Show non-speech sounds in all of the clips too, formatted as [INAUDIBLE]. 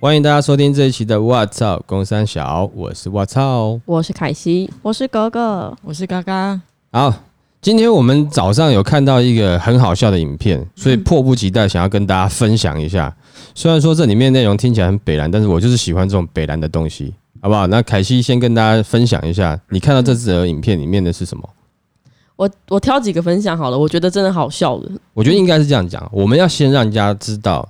欢迎大家收听这一期的《我操工三小》，我是我操。我是凯西，我是格格，我是嘎嘎，好，今天我们早上有看到一个很好笑的影片，所以迫不及待想要跟大家分享一下。虽然说这里面内容听起来很北蓝，但是我就是喜欢这种北蓝的东西，好不好？那凯西先跟大家分享一下，你看到这则影片里面的是什么？我我挑几个分享好了，我觉得真的好笑的。我觉得应该是这样讲，我们要先让人家知道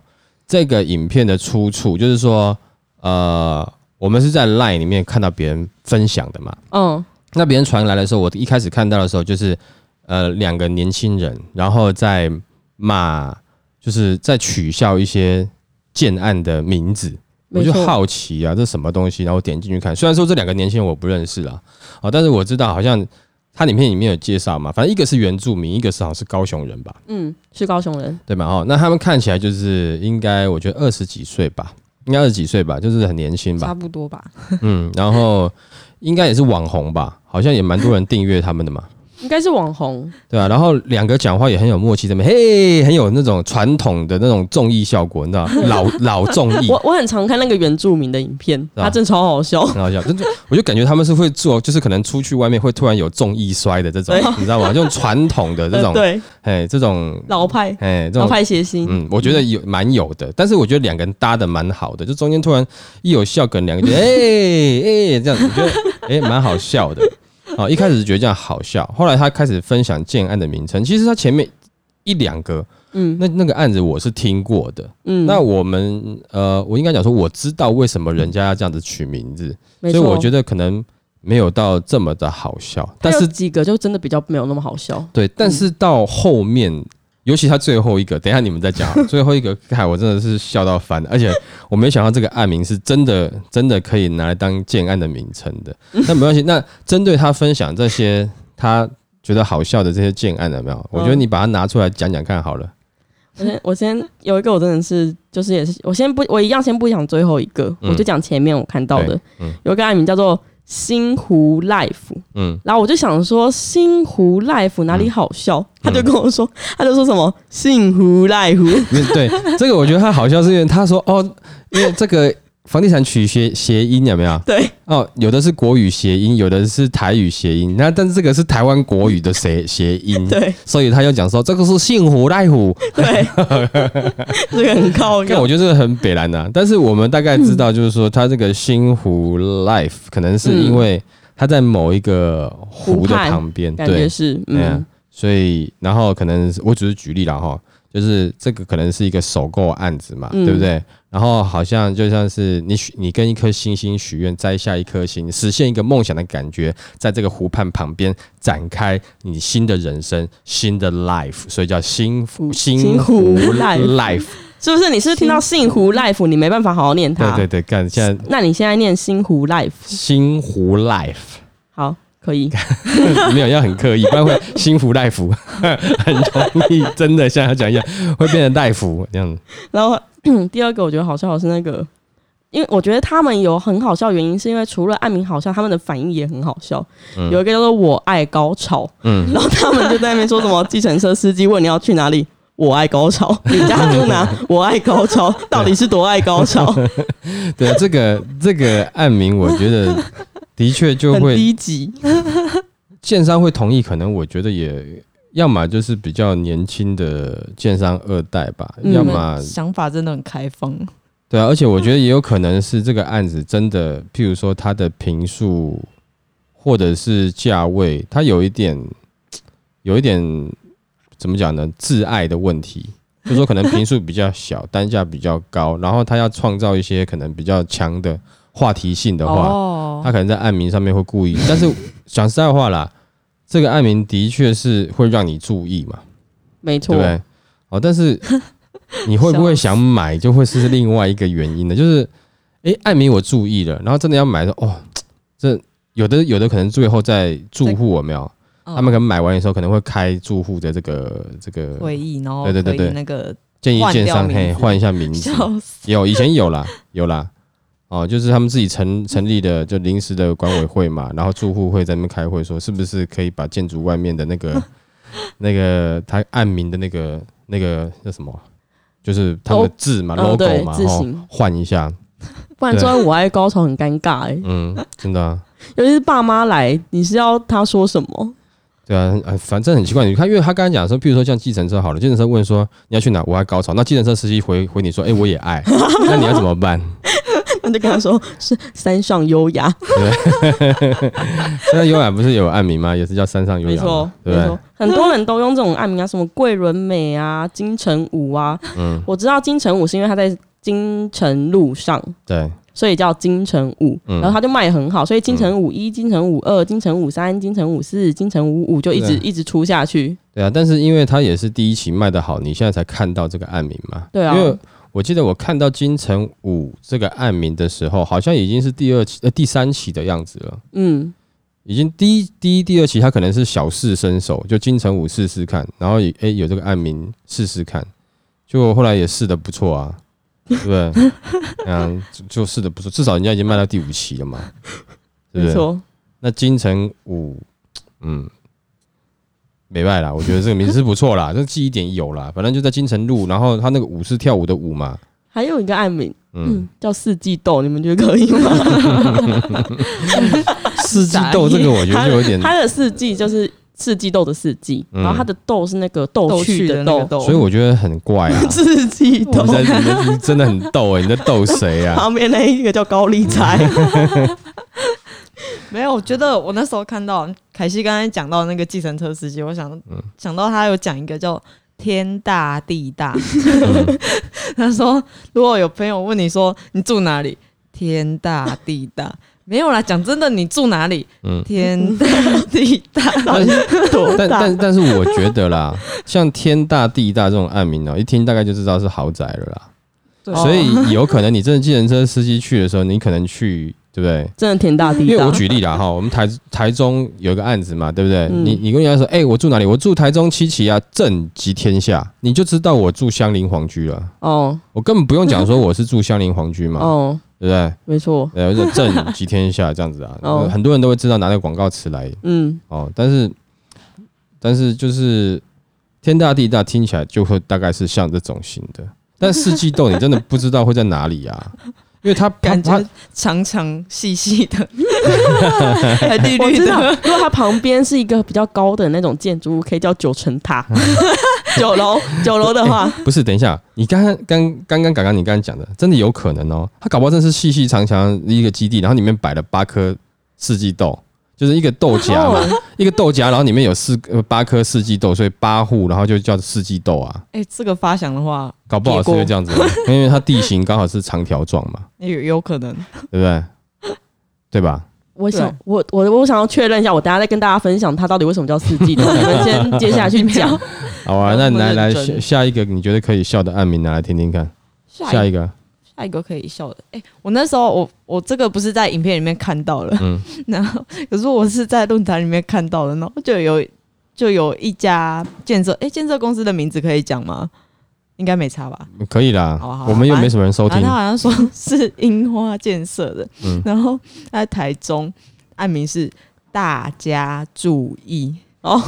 这个影片的出处，就是说，呃，我们是在 LINE 里面看到别人分享的嘛。嗯，那别人传来的时候，我一开始看到的时候，就是呃两个年轻人，然后在骂，就是在取笑一些建案的名字。我没就错，好奇啊，这什么东西？然后我点进去看，虽然说这两个年轻人我不认识啦，哦，但是我知道好像它里面里面有介绍嘛，反正一个是原住民，一个是好像是高雄人吧，嗯，是高雄人，对吧？哦，那他们看起来就是应该，我觉得二十几岁吧，应该二十几岁吧，就是很年轻吧，差不多吧。嗯，然后应该也是网红吧，好像也蛮多人订阅他们的嘛。应该是网红，对啊，然后两个讲话也很有默契，这边嘿，很有那种传统的那种综艺效果，你知道 [LAUGHS] 吗老老综艺，我我很常看那个原住民的影片，啊他真的超好笑。很好笑。就是我就感觉他们是会做，就是可能出去外面会突然有综艺摔的这种，对你知道吗？这种传统的这种， [LAUGHS] 呃对，哎，这种，老派哎，这老种。派谐星，嗯，我觉得有蛮有的，但是我觉得两个人搭的蛮好的，就中间突然一有笑梗， [LAUGHS] 两个就哎哎这样，我觉得哎蛮好笑的。哦，一开始觉得这样好笑，后来他开始分享建案的名称，其实他前面一两个嗯那那个案子我是听过的，嗯，那我们呃，我应该讲说我知道为什么人家要这样子取名字，嗯没所以错，我觉得可能没有到这么的好笑，但他嗯有是几个就真的比较没有那么好笑。对，但是到后面，尤其他最后一个，等一下你们再讲啊，最后一个， [LAUGHS] 嗨，我真的是笑到翻，而且我没想到这个案名是真的，真的可以拿来当建案的名称的。嗯 [LAUGHS] 那没关系，那针对他分享这些他觉得好笑的这些建案有没有？我嗯觉得你把它拿出来讲讲看好了。嗯我先我先有一个我真的是就是也是我先不我一样先不讲最后一个，嗯我就讲前面我看到的对，嗯有一个案名叫做星湖 life，嗯，然后我就想说星湖 life 哪里好笑，他就跟我说嗯他就说什么幸福 [LAUGHS] life，因为对这个我觉得他好笑是因为他说哦，因为这个房地产取谐谐音有没有？对，哦，有的是国语谐音，有的是台语谐音，那但是这个是台湾国语的谐谐音，对所以他就讲说这个是幸福赖虎， [LAUGHS] 对，这个很靠但谱，我觉得这个很北兰呐、但是我们大概知道，就是说他这个星湖 life 可能是因为他在某一个湖的嗯湖畔旁边，感觉对，是对啊嗯，所以然后可能是我只是举例了哈，就是这个可能是一个首购案子嘛，嗯对不对？然后好像就像是你许你跟一颗星星许愿，摘下一颗星，实现一个梦想的感觉，在这个湖畔旁边展开你新的人生、新的 life，所以叫星湖嗯星星湖湖 life。是不是？你是不是听到幸福 life 你没办法好好念对它？对对，干现在那你现在念星湖 life 星湖 life 好可以，没有要很刻意，不然会星湖 life [LAUGHS] 很容易真的像他讲一样会变成 life 这样子。然后 [CLEARS THROAT] 第二个我觉得好笑的是那个，因为我觉得他们有很好笑，原因是因为除了案名好笑，他们的反应也很好笑。有一个叫做“我爱高潮”，嗯 [LAUGHS] 然后他们就在那边说什么计程车司机问你要去哪里。我爱 [LAUGHS] 高潮，你家住哪？我爱高潮，到底是多爱高潮？对啊，这个这个案名，我觉 [LAUGHS] 得的确 [LAUGHS] 就很会低级，建商会同意，可能我觉得也要么就是比较年轻的建商二代吧，嗯要你么们想法真的很开放，对啊，而且我觉得也有可能是这个案子真的，譬如说它的平数或者是价位，它有一点有一点怎么讲呢？挚爱的问题，就是说可能平数比较小，单价比较高，然后它要创造一些可能比较强的话题性的话。哦他，可能在案名上面会故 [LAUGHS] 意，但是讲实在话啦，这个案名的确是会让你注意嘛，没对错不，对？哦，但 [LAUGHS] 是你会不会想买，就会是另外一个原因呢？就是，诶，案名我注意了，然后真的要买的时候，哦，这有的有的可能最后在住户有没有？嗯他们可能买完的时候可能会开住户的这个这个回忆，然后对对对回忆对那个建议换建掉商名嘿字换一下名字， [LAUGHS] 笑死，有，以前有啦， [LAUGHS] 有啦。哦，就是他们自己成成立的，就 [LAUGHS] 临时的管委会嘛，然后住户会在那边开会，说是不是可以把建筑外面的那个那个他暗民的那个那个叫什么啊，就是他们的字嘛、嗯 logo 对嘛，字然后型换一下，不然对坐在我爱高潮很尴尬哎、嗯，真的、啊，尤其是爸妈来，你是要他说什么？对啊，呃反正很奇怪。你看，因为他刚才讲说，譬如说像计程车好了，计程车问说你要去哪，我爱高潮，那计程车司机回回你说，哎、我也 [LAUGHS] 爱，那你要怎么办？那就跟他说是山上优雅，现在优雅不是有暗名吗？也是叫山上优没雅错嘛，，对没不对错？，很多人都用这种暗名啊，什么桂纶镁 [LAUGHS] 啊、金城武啊。嗯我知道金城武是因为他在金城路上，对，所以叫金城武，嗯然后他就卖得很好，所以金城武一、金城武二、金城武三、金城武四、金城武五就一直对一直出下去。对啊，但是因为它也是第一期卖的好，你现在才看到这个案名嘛。对啊因为我记得我看到金城武这个案名的时候，好像已经是第二期呃第三期的样子了。嗯，已经第一、第一、第二期，他可能是小试身手，就金城武试试看，然后也诶、有这个案名试试看，结果后来也试的不错啊，对不对？ [LAUGHS] 嗯，就就试的不错，至少人家已经卖到第五期了嘛，对不没对？错，那金城武，嗯，没卖啦，我觉得这个名字是不错啦，这 [LAUGHS] 记忆点有啦，反正就在金城路，然后他那个舞是跳舞的舞嘛，还有一个暗名，嗯，嗯，叫四季豆，你们觉得可以吗？ [LAUGHS] 四季豆这个我觉得就有点，它的四季就是四季豆的四季，嗯然后它的豆是那个逗逗趣趣的的那个哦豆，。豆，所以我觉得很怪啊 [LAUGHS] 四季你豆。在你在你真的很逗哎、你在逗谁啊？旁边那一个叫高丽菜， [LAUGHS] 没有，我觉得我那时候看到凯西刚才讲到那个计程车司机，我想、嗯想到他有讲一个叫“天大地大”， [LAUGHS] 嗯他说如果有朋友问你说你住哪里，天大地大。没有啦，讲真的，你住哪里？嗯 [LAUGHS] 天大地大，但多但大？但但是我觉得啦，像天大地大这种暗名哦、一听大概就知道是豪宅了啦。对哦所以有可能你真的计程车司机去的时候，你可能去对不对？真的天大地因为大我，举例啦哈，我们台台中有一个案子嘛，对不对？嗯你你跟人家说，哎、我住哪里？我住台中七期啊，镇及天下，你就知道我住相邻皇居了。哦我根本不用讲说我是住相邻皇居嘛，哦，对不对？没错，呃，就镇及天下这样子啊，哦很多人都会知道拿那个广告词来嗯，哦，但是但是就是天大地大听起来就会大概是像这种型的，但四季豆你真的不知道会在哪里啊，因 [LAUGHS] 为它 [LAUGHS] 它感它觉长长细细 [LAUGHS] 的，还绿我绿知道，的， [LAUGHS] 如果它旁边是一个比较高的那种建筑物，可以叫九层塔。 [LAUGHS] 九楼，九楼的话， [LAUGHS] 不是，等一下，你刚刚刚刚刚刚刚你刚刚讲的，真的有可能哦。它搞不好真是细细长长的一个基地，然后里面摆了八颗四季豆，就是一个豆荚嘛，哦一个豆荚，然后里面有四呃八颗四季豆，所以八户，然后就叫四季豆啊。 [LAUGHS] 哎、这个发想的话，搞不好是会这样子哦，因为它地形刚好是长条状嘛，有有可能。对不对？对吧？我想对我我我想要确认一下，我等下再跟大家分享它到底为什么叫四 [LAUGHS] 季豆。你们先接下来去讲，好啊，好那那么来来认下真下一个，你觉得可以笑的案名拿来听听看。下下一一个，下一个可以笑的，哎、我那时候我我这个不是在影片里面看到了，嗯 [LAUGHS] 然后可是我是在论坛里面看到的，然后就有就有一家建设，哎、建设公司的名字可以讲吗？应该没差吧？可以啦好啊好，啊我们又没什么人收然后听他，好像说是樱花建设的，嗯然后他在台中，案名是大家注意 [LAUGHS] 哦，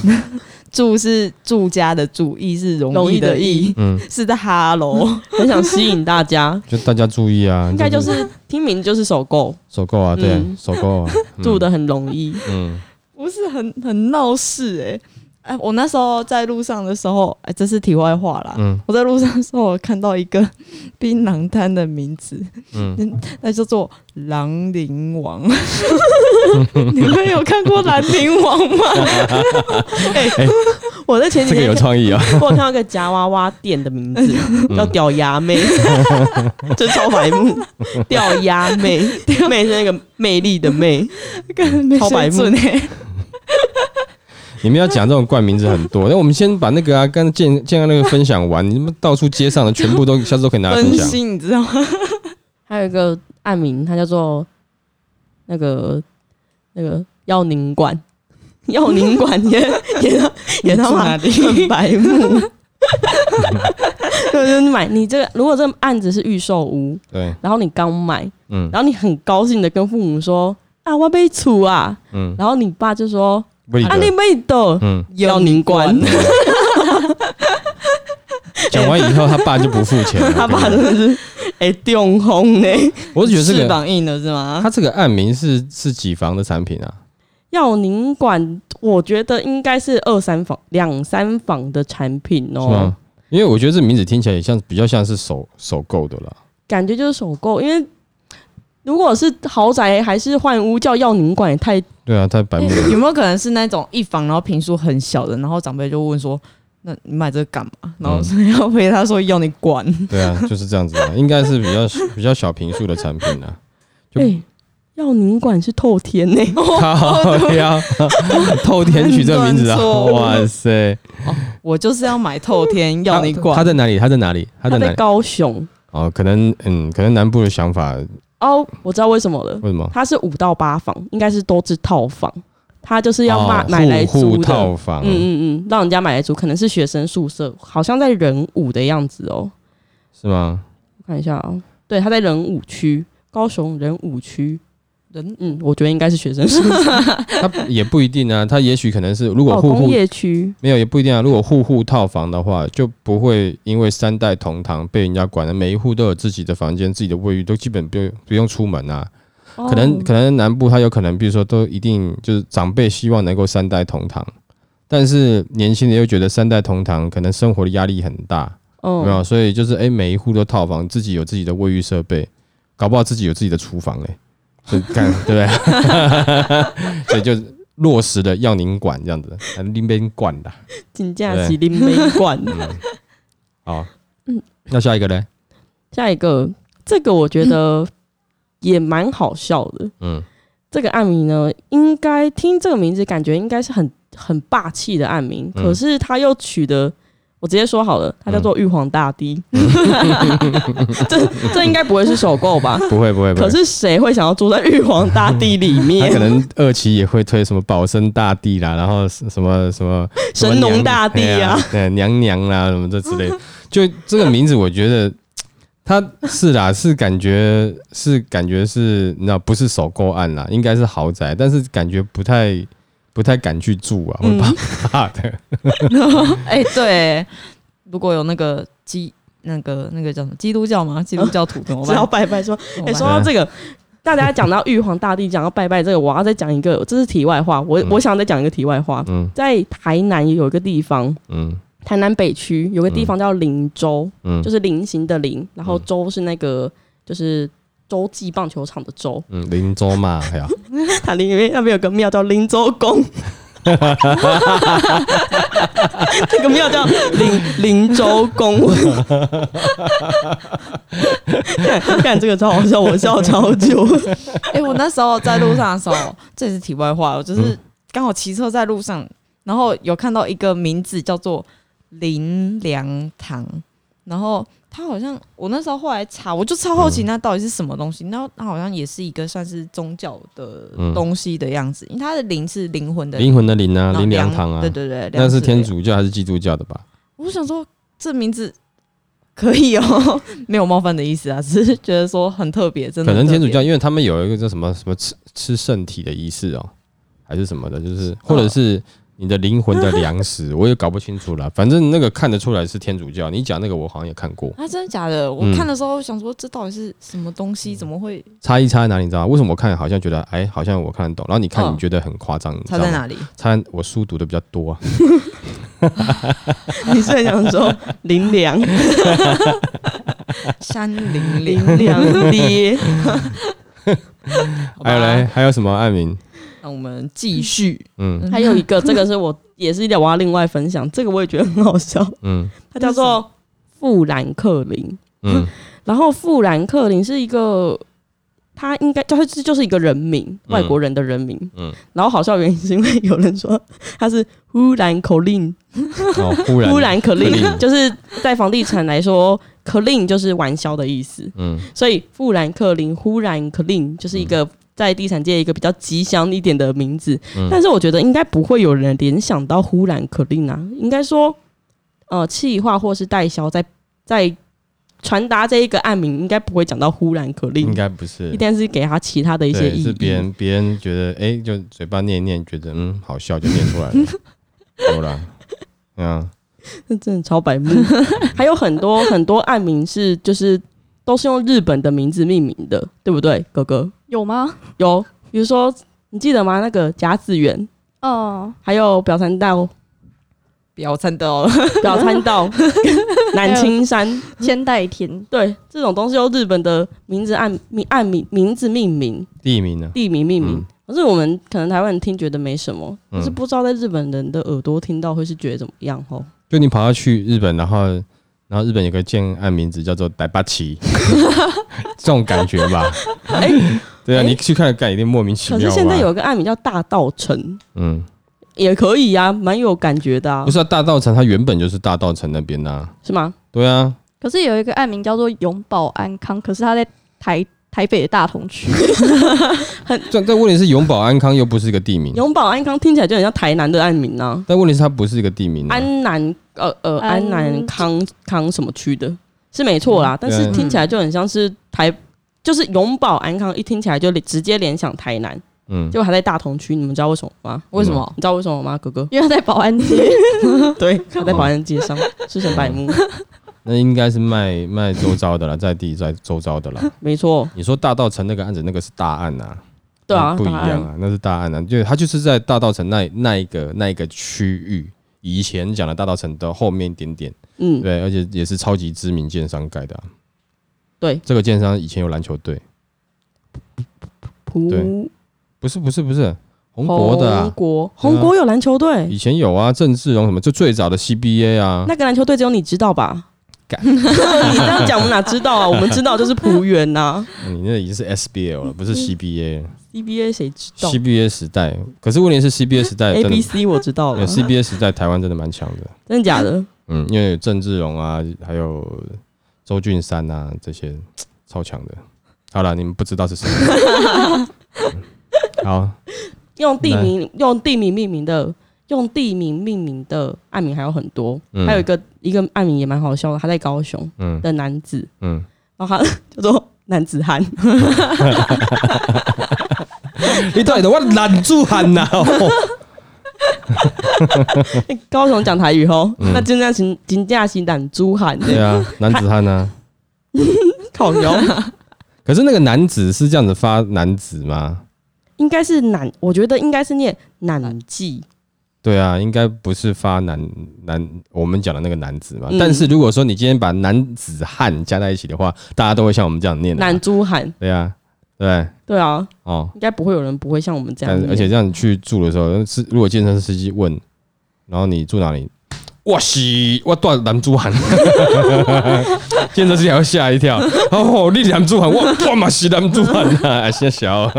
住是住家的住，意是容容易易的的易易，嗯，是在哈喽，很想吸引大家。就大家注意啊，应该就是听名就是首购，首购啊，对啊嗯，首购 [LAUGHS] 啊，嗯住，的很容 [LAUGHS] 易。嗯，不是很很闹事哎、哎、我那时候在路上的时候，哎、这是题外话啦。嗯我在路上的时候，我看到一个槟榔摊的名字，嗯，那叫做“兰陵王”。你们有看过《兰陵王》 [LAUGHS] 吗？哎我在前几这个天有创 [LAUGHS] 意啊，我有看到一个夹娃娃店的名字嗯叫屌牙 [LAUGHS] 妹，这超白目，屌牙妹，妹是那个魅力的妹，根本没超白水目准哎、你们要讲这种怪名字很多，那我们先把那个啊，刚建建安那个分享完，你们到处街上的全部都下次都可以拿来分分享，析你知道吗？还有一个案名，它叫做那个那个药宁馆， [LAUGHS] 药宁馆 [LAUGHS] 也也也他妈你住哪里很白目。就是你买你这个，如果这个案子是预售屋，对，然后你刚买，嗯然后你很高兴的跟父母说啊，我被处啊，嗯，然后你爸就说不理啊，你的，妹的，嗯，要您 [LAUGHS] 关，讲完以后他爸就不付钱了。 [LAUGHS] 他爸对不真对的是哎中轰呢，我是觉得这翅个膀硬了是吗？他这个案名是是几房的产品啊？要您管，我觉得应该是二三房、两三房的产品是哦吗，？因为我觉得这名字听起来也像比较像是首首购的 [LAUGHS] 啦。感觉就是首购，因为。如果是豪宅还是换屋叫要您管也太对啊，太白目欸了。有没有可能是那种一房，然后平数很小的，然后长辈就问说：“那你买这个干嘛？”然后是 [LAUGHS] 要回他说：“要你管。 [LAUGHS] 对啊，就是这样子啊，应该是比较比较小平数的产品啊。就哎、要您管是透 [LAUGHS] 天呢、 [LAUGHS] 靠呀，透啊天取这名字啊！很乱错哇塞，”我就是要买透天，要你管。他在哪里？他在哪里？他在他哪在里？高雄哦，可能嗯，可能南部的想法为哦，我知道为什么了，什么？他是五到八房，应该是都是套房，他就是要买、哦买来户租户的，套房，嗯嗯嗯，让人家买来租，可能是学生宿舍，好像在仁武的样子哦，是吗？我看一下哦，对，他在仁武区，高雄仁武区，人嗯，我觉得应该是学生宿舍，他也不一定啊，他也许可能是如果 [LAUGHS] [LAUGHS] 哦，户工户业区，没有也不一定啊，如果户户套房的话，就不会因为三代同堂被人家管了，每一户都有自己的房间、自己的卫浴，都基本不用不用出门啊。可能哦可能南部他有可能，比如说都一定就是长辈希望能够三代同堂，但是年轻人又觉得三代同堂可能生活的压力很大，哦有没有？所以就是哎、诶每一户都套房，自己有自己的卫浴设备，搞不好自己有自己的厨房嘞、所以干对不对？ [LAUGHS] 所以就落实了要您管这样子，还拎边管的。金价吉林美馆，好，嗯那下一个嘞？下一个，这个我觉得也蛮好笑的。嗯，这个案名呢，应该听这个名字，感觉应该是很很霸气的案名，嗯可是他又取的，我直接说好了，它叫做玉皇大帝。嗯 [LAUGHS] 这这应该不会是首购 [LAUGHS] 吧？不会不会不可会。是谁会想要住在玉皇大帝里他可面？能二期也会推什么保生大帝啦，然后什么什么什么神农娘大帝哎啊 [LAUGHS] 呀，对，娘娘啦、什么这之类的。就这个名字，我觉得他是 [LAUGHS] 啦，是感觉是感觉是，你知道不是首购案啦，应该是豪宅，但是感觉不太不太敢去住啊，会嗯怕的。哎、 [LAUGHS] 对，如果有那个基那个那个叫什么基督教吗？基督教徒怎么只 [LAUGHS] 要办？拜拜说，怎么哎、办说到这个，大家讲到玉皇大帝，讲到拜拜这个，我要再讲一个，这是题外话。我、嗯我想再讲一个题外话，嗯在台南有一个地方，嗯台南北区有个地方叫林州，嗯，就是菱形的菱，然后州是那个就是洲际棒球场的州，嗯，林州嘛，哎呀，它里面那边有个庙叫林州 [LAUGHS] 宫。这个庙叫林林州宫，看看这个超好笑，我笑超久。 [LAUGHS] 哎、我那时候在路上的时候， [LAUGHS] 这也是题外话，我嗯就是刚好骑车在路上，然后有看到一个名字叫做林良堂，然后他好像我那时候后来查，我就超嗯好奇那到底是什么东西，然后它好像也是一个算是宗教的嗯东西的样子，因为它的灵是灵魂的灵魂的灵啊，然后林良堂啊对，对对，那是天主。主教还是基督教的吧？我想说这名字可以哦， [LAUGHS] 没有冒犯的意思啊，只是觉得说很特别，真的可很能特别。天主教，因为他们有一个叫什么什么吃吃圣体的仪式哦，还是什么的，就是或者是你的灵魂的粮食，我也搞不清楚了。反正那个看得出来是天主教，你讲那个我好像也看过。啊，真的假的？我嗯看的时候想说，这到底是什么东西？怎么会差异差在哪里？你知道吗？为什么我看好像觉得哎，好像我看得懂，然后你看嗯你觉得很夸张，你知差道在吗？ [LAUGHS] 哪里？差我书读的比较多啊，你是很想说林良山灵林灵，良爹？好吧还有嘞，，还有什么案名？那我们继续。嗯还有一个，这个是我也是一点我要另外分享，这个我也觉得很好笑，嗯它叫做富兰克林。 [LAUGHS] 嗯然后富兰克林是一个，他应该就是就是一个人名，嗯外国人的人名。嗯，然后好笑的原因是因为有人说他是忽然口令，哦，忽然忽然可令 Colin 就是在房地产来说，可令就是玩笑的意思。嗯所以富兰克林忽然克林就是一个在地产界一个比较吉祥一点的名字，嗯但是我觉得应该不会有人联想到忽然克林啊，应该说呃企划或是代销在在传达这一个案名，应该不会讲到忽然可令应，该不是一，定是给他其他的一些对，意是别义。人别人觉得哎、就嘴巴念一念，觉得嗯好笑就念出来了，有啦，嗯，这 [LAUGHS] 真的超白目。 [LAUGHS] 还有很多很多案名是就是都是用日本的名字命名的，对不对，哥哥？有吗？有，比如说你记得吗？那个甲子园，哦，还有表参道、表参道，表参道、南青山， [LAUGHS] 千代田，对，这种东西用日本的名字按名按名名字命名。地名呢？地名命名嗯。可是我们可能台湾人听觉得没什么，嗯可是不知道在日本人的耳朵听到会是觉得怎么样吼？就你跑到去日本，然后然后日本有个建案名字叫做呆巴奇， [LAUGHS] 这种感觉吧？哎对啊，哎你去看看一定莫名其可妙吧。啊是现在有一个案名叫大道城，嗯，也可以啊，蛮有感觉的、啊不，是、啊、大道城，它原本就是大道城那边的、啊。是吗？对啊，可是有一个案名叫做永保安康，可是他在台台北的大同区， [LAUGHS] 但但问题是永保安康又不是一个地名，永保安康听起来就很像台南的案名啊，但问题是它不是一个地名、啊。安南呃呃安安南康康什么区的，是没错啦，但是嗯对听起来就很像是台。就是永保安康一听起来就直接联想台南，嗯结，果还在大同区，你们知道为什么吗？为什么？你知道为什么吗，[LAUGHS] 哥哥？因为他在保安街。对，他在保安街上，是很 [LAUGHS] 白目。那应该是卖卖周遭的啦，在地在周遭的啦。没错，你说大道城那个案子，那个是大案啊，对啊，不一答案样。啊，那是大案啊，就它就是在大道城那那一个那一个区域，以前讲的大道城的后面一点点。嗯，对，而且也是超级知名建商盖的啊、对这个建商以前有篮球队，葡对不是不是不是红国的、红啊，国，红国有篮球队，以前有啊，郑志荣什么，就最早的 CBA 啊，那个篮球队只有你知道吧？干 [LAUGHS] 你这样讲我们哪知道啊？我们知道就是啊葡园呐 [LAUGHS] 嗯你那已经是 SBL 了，不是 CBA 了。 ，CBA 谁知道 CBA 时代，可是问题是 CBA 时代？A 真的 B C 我知道了呃，，CBA 时代台湾真的蛮强的，真的假的？嗯，因为有郑志荣啊，还有周俊山啊这些超强的。好了，你们不知道是 [LAUGHS] 谁。嗯好，用地名用地名命名的。用地名命名的案名还有很多，嗯还有一个一个案名也蛮好笑的，他在高雄嗯的男子，嗯，然后他叫做 [LAUGHS] 男子汉，你到底我拦住喊呐、高雄讲台语吼，嗯那真的是真正是男子汉 [LAUGHS] 对的，啊，男子汉啊。靠腰。可是那个男子是这样子发男子吗？应该是南，我觉得应该是念南记，对啊，应该不是发男男我们讲的那个男子嘛。嗯但是如果说你今天把男子汉加在一起的话，大家都会像我们这样念的、啊南珠喊，对啊，对对啊，哦。应该不会有人不会像我们这样但念，而且这样你去住的时候，是如果健身司机问，然后你住哪里？我是我住男子汉，健身司机还会吓一跳。哦，你男子汉，我我嘛是男子汉啊，吓小。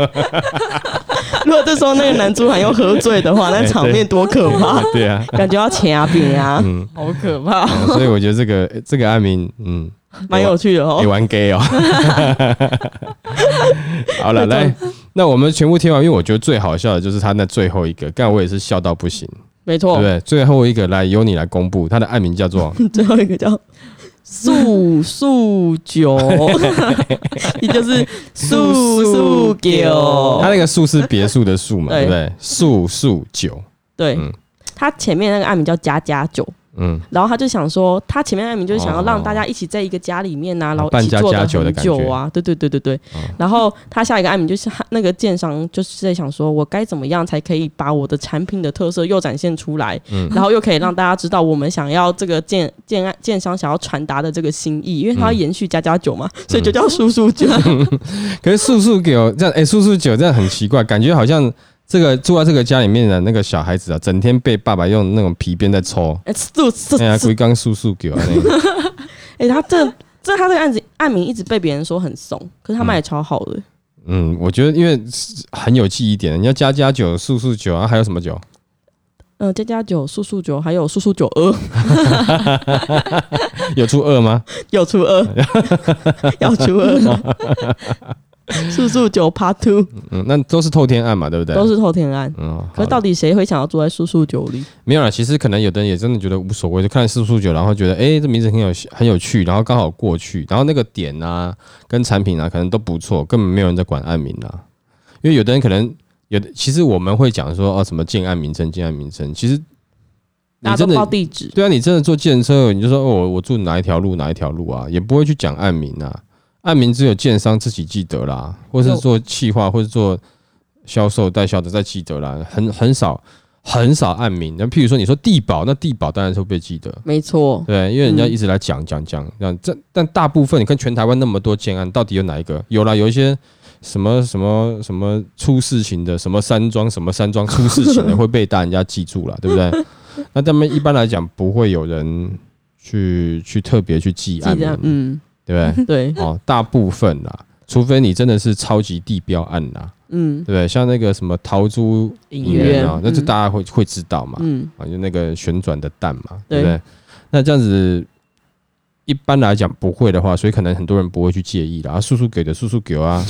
如果这时候那个男珠喊又喝醉的话，那场面多可怕， [LAUGHS] 对啊，感觉要掐别啊，嗯。好可怕！哦所以我觉得这个诶这个案名，嗯，蛮有趣的你、哦。玩 gay 哦。 [LAUGHS] 好了，来，那我们全部听完，因为我觉得最好笑的就是他那最后一个，干我也是笑到不行，没对错不，对？最后一个来由你来公布，他的案名叫做 [LAUGHS] 最后一个叫素素酒， [LAUGHS] 也就是素素酒他，那个宿是别墅的宿嘛，对对不对？宿宿酒，对嗯，他前面那个案名叫家家酒。嗯，然后他就想说，他前面那名就是想要让大家一起在一个家里面哦啊，然后一起做得很久啊，对对对对对。然后他下一个案名就是他那个建商就是在想说，我该怎么样才可以把我的产品的特色又展现出来，嗯然后又可以让大家知道我们想要这个建建案建商想要传达的这个心意，因为他要延续家家酒嗯嘛，所以就叫叔叔酒。 [LAUGHS] 可是宿宿酒这样，哎、宿宿酒这样很奇怪，感觉好像这个住在这个家里面的那个小孩子啊，整天被爸爸用那种皮鞭在抽，哎，素素哎呀，素龟缸宿宿酒啊，那 [LAUGHS] 个哎，他这这他这个案子案名一直被别人说很怂，可是他卖的超好的，嗯，我觉得因为是很有记忆点，你要加加酒、素素酒啊，还有什么酒？嗯，家家酒、素素酒还有素素酒呃。有出二吗？ [LAUGHS] 有初二，要初二，四树九趴 two 嗯，那都是透天案嘛，对不对？都是透天案。嗯，可好是到底谁会想要住在四树九里？没有啦，其实可能有的人也真的觉得无所谓，就看四数九，然后觉得哎、诶这名字很有很有趣，然后刚好过去，然后那个点啊跟产品啊可能都不错，根本没有人在管案名啦。因为有的人可能有的，其实我们会讲说哦什么建案名称、建案名称，其实你大家真都报的地址，对啊，你真的坐建车，你就说哦我我住哪一条路哪一条路啊，也不会去讲案名啊，案名只有建商自己记得啦，或是有做企划或是做销售代销的在记得啦，很很少。很少按名，那譬如说你说地保，那地保当然是会被记得，没错。对，因为人家嗯一直来讲讲讲，这样这但大部分你看全台湾那么多建案，到底有哪一个？有啦，有一些什么什么什么出事情的，什么山庄什么山庄出事情的会被大人家记住了，对不 [LAUGHS] 对？那他们一般来讲不会有人去去特别去记记案得，名，嗯，对 [LAUGHS] 不对，对？哦，大部分啦，除非你真的是超级地标案啦，嗯对，不对？像那个什么桃珠影影院院啊，那就大家会会知道嘛，嗯，啊，就那个旋转的蛋嘛，对对不对？那这样子一般来讲不会的话，所以可能很多人不会去介意啦。啊，叔叔给的叔叔给啊，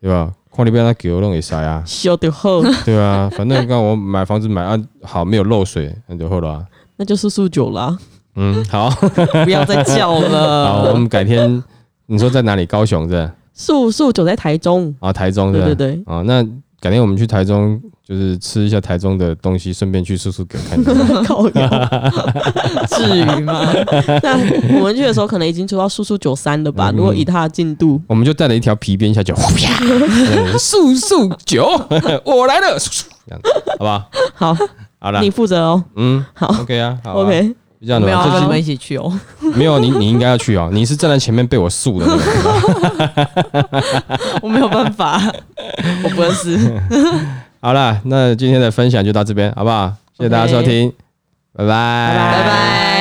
对吧？矿里边他给我弄给塞啊，修得 [LAUGHS] 后，对啊，反正刚我买房子买啊，好没有漏水，那就后了啊。那就四树九啦，嗯，好，不要再叫 [LAUGHS] 好，我了。们改天你说在哪里？高雄是吧四树九在台中，啊，台中是对吧对 [LAUGHS] 对，啊，那改天我们去台中，就是吃一下台中的东西，顺便去叔叔给看看。靠腰。 [LAUGHS] 至于吗？那我们去的时候可能已经出到四树九三了吧？嗯如果以他的进度，我们就带了一条皮鞭下去，呼啪，速速 [LAUGHS] 九，我来了，速速这样子，好吧？好，好啦你，负责哦。嗯，好，OK 啊，好啊 OK，就这样没有啊，的，跟我这们期一起去哦。没有你，你应该要去哦，你是站在前面被我速的那 [LAUGHS] 个。我没有办法，我不认识。好啦，那今天的分享就到这边，好不好？谢谢大家收听，拜拜，拜拜。